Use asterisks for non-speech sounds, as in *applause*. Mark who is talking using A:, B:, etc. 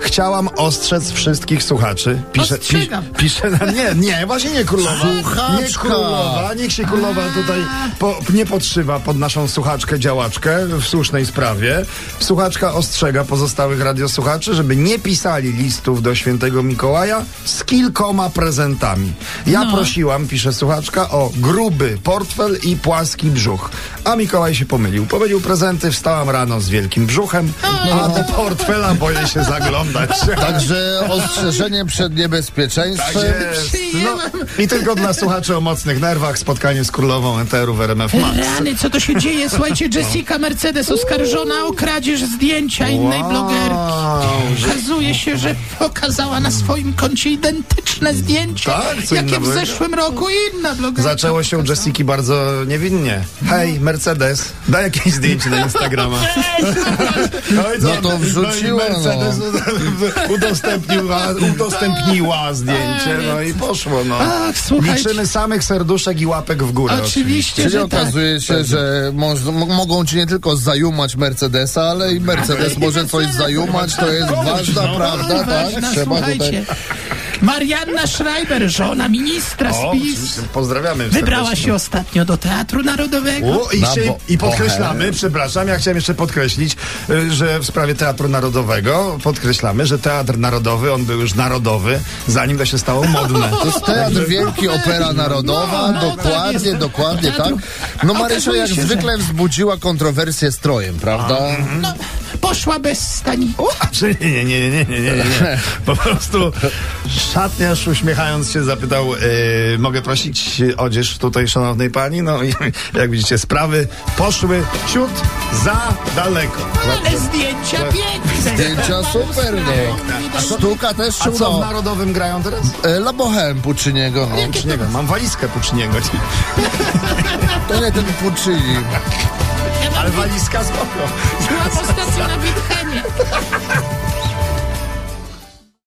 A: Chciałam ostrzec wszystkich słuchaczy. Pisze, pi,
B: Ostrzegam.
A: pisze na, nie, nie, właśnie nie królowa. Nie
C: Słuchaczka.
A: królowa, niech się królowa tutaj po, nie podszywa pod naszą słuchaczkę, działaczkę w słusznej sprawie. Słuchaczka ostrzega pozostałych radiosłuchaczy, żeby nie pisali listów do świętego Mikołaja z kilkoma prezentami. Ja prosiłam, pisze słuchaczka, o gruby portfel i płaski brzuch. A Mikołaj się pomylił. Pomylił prezenty, wstałam rano z wielkim brzuchem, a do portfela boję się zaglądać.
C: Także ostrzeżenie przed niebezpieczeństwem.
A: Jest. No, I tylko dla słuchaczy o mocnych nerwach spotkanie z królową Eteru w RMF Max. No.
B: Rany, co to się dzieje? Słuchajcie, Jessica Mercedes oskarżona o kradzież zdjęcia innej blogerki. Okazuje się, że pokazała na swoim koncie identyczne zdjęcie,
A: Tak, co inna
B: jakie w
A: blogerka.
B: zeszłym roku inna blogerka.
A: Zaczęło się u Jessiki bardzo niewinnie. Hej, Mercedes, daj jakieś zdjęcie na Instagrama. No, i co?
C: No to wrzuciła,
A: No i Mercedes udostępniła, udostępniła zdjęcie, no i poszło, no.
B: Ach, słuchajcie.
A: Liczymy samych serduszek i łapek w górę.
B: Oczywiście,
C: Czyli
B: że tak.
C: okazuje się, że moż, m- mogą ci nie tylko zajumać Mercedesa, ale i Mercedes może coś zajumać, to jest ważna prawda, tak?
B: no, Ważna, słuchajcie. Marianna Schreiber, żona ministra
A: O,
B: PiS,
A: oczywiście, pozdrawiamy.
B: wybrała
A: serdecznie.
B: się ostatnio do Teatru Narodowego.
A: U, i,
C: Na
A: się,
C: bo-
A: I podkreślamy,
C: bohem.
A: przepraszam, ja chciałem jeszcze podkreślić, y, że w sprawie Teatru Narodowego podkreślamy, że Teatr Narodowy, on był już narodowy, zanim to się stało
C: *laughs*
A: modne.
C: To jest Teatr Wielki, Opera Narodowa,
B: no, tak
C: dokładnie,
B: jest.
C: dokładnie, tak.
B: Teatru-
C: No Marysia
B: Okazuje
C: jak
B: się, że-
C: zwykle wzbudziła kontrowersję strojem, prawda?
B: No, poszła bez stani.
A: U, a czy znaczy, nie, nie, nie, nie, nie, nie, nie. Po prostu szatniarz uśmiechając się zapytał, y, mogę prosić odzież tutaj szanownej pani? No i *laughs* jak widzicie, sprawy poszły ciut za daleko.
B: Ale zdjęcia piękne.
C: Zdjęcia
B: tak,
C: super, no. Sztuka też
A: A co w
C: szumno.
A: Narodowym grają teraz?
C: La Bohème Pucciniego, no.
A: Puczniego. Mam walizkę *laughs* Puczniego.
C: To nie ten Puccini.
B: Ja mam
A: Ale walizka spoko.
B: Byłam ostatnio na Witchenie.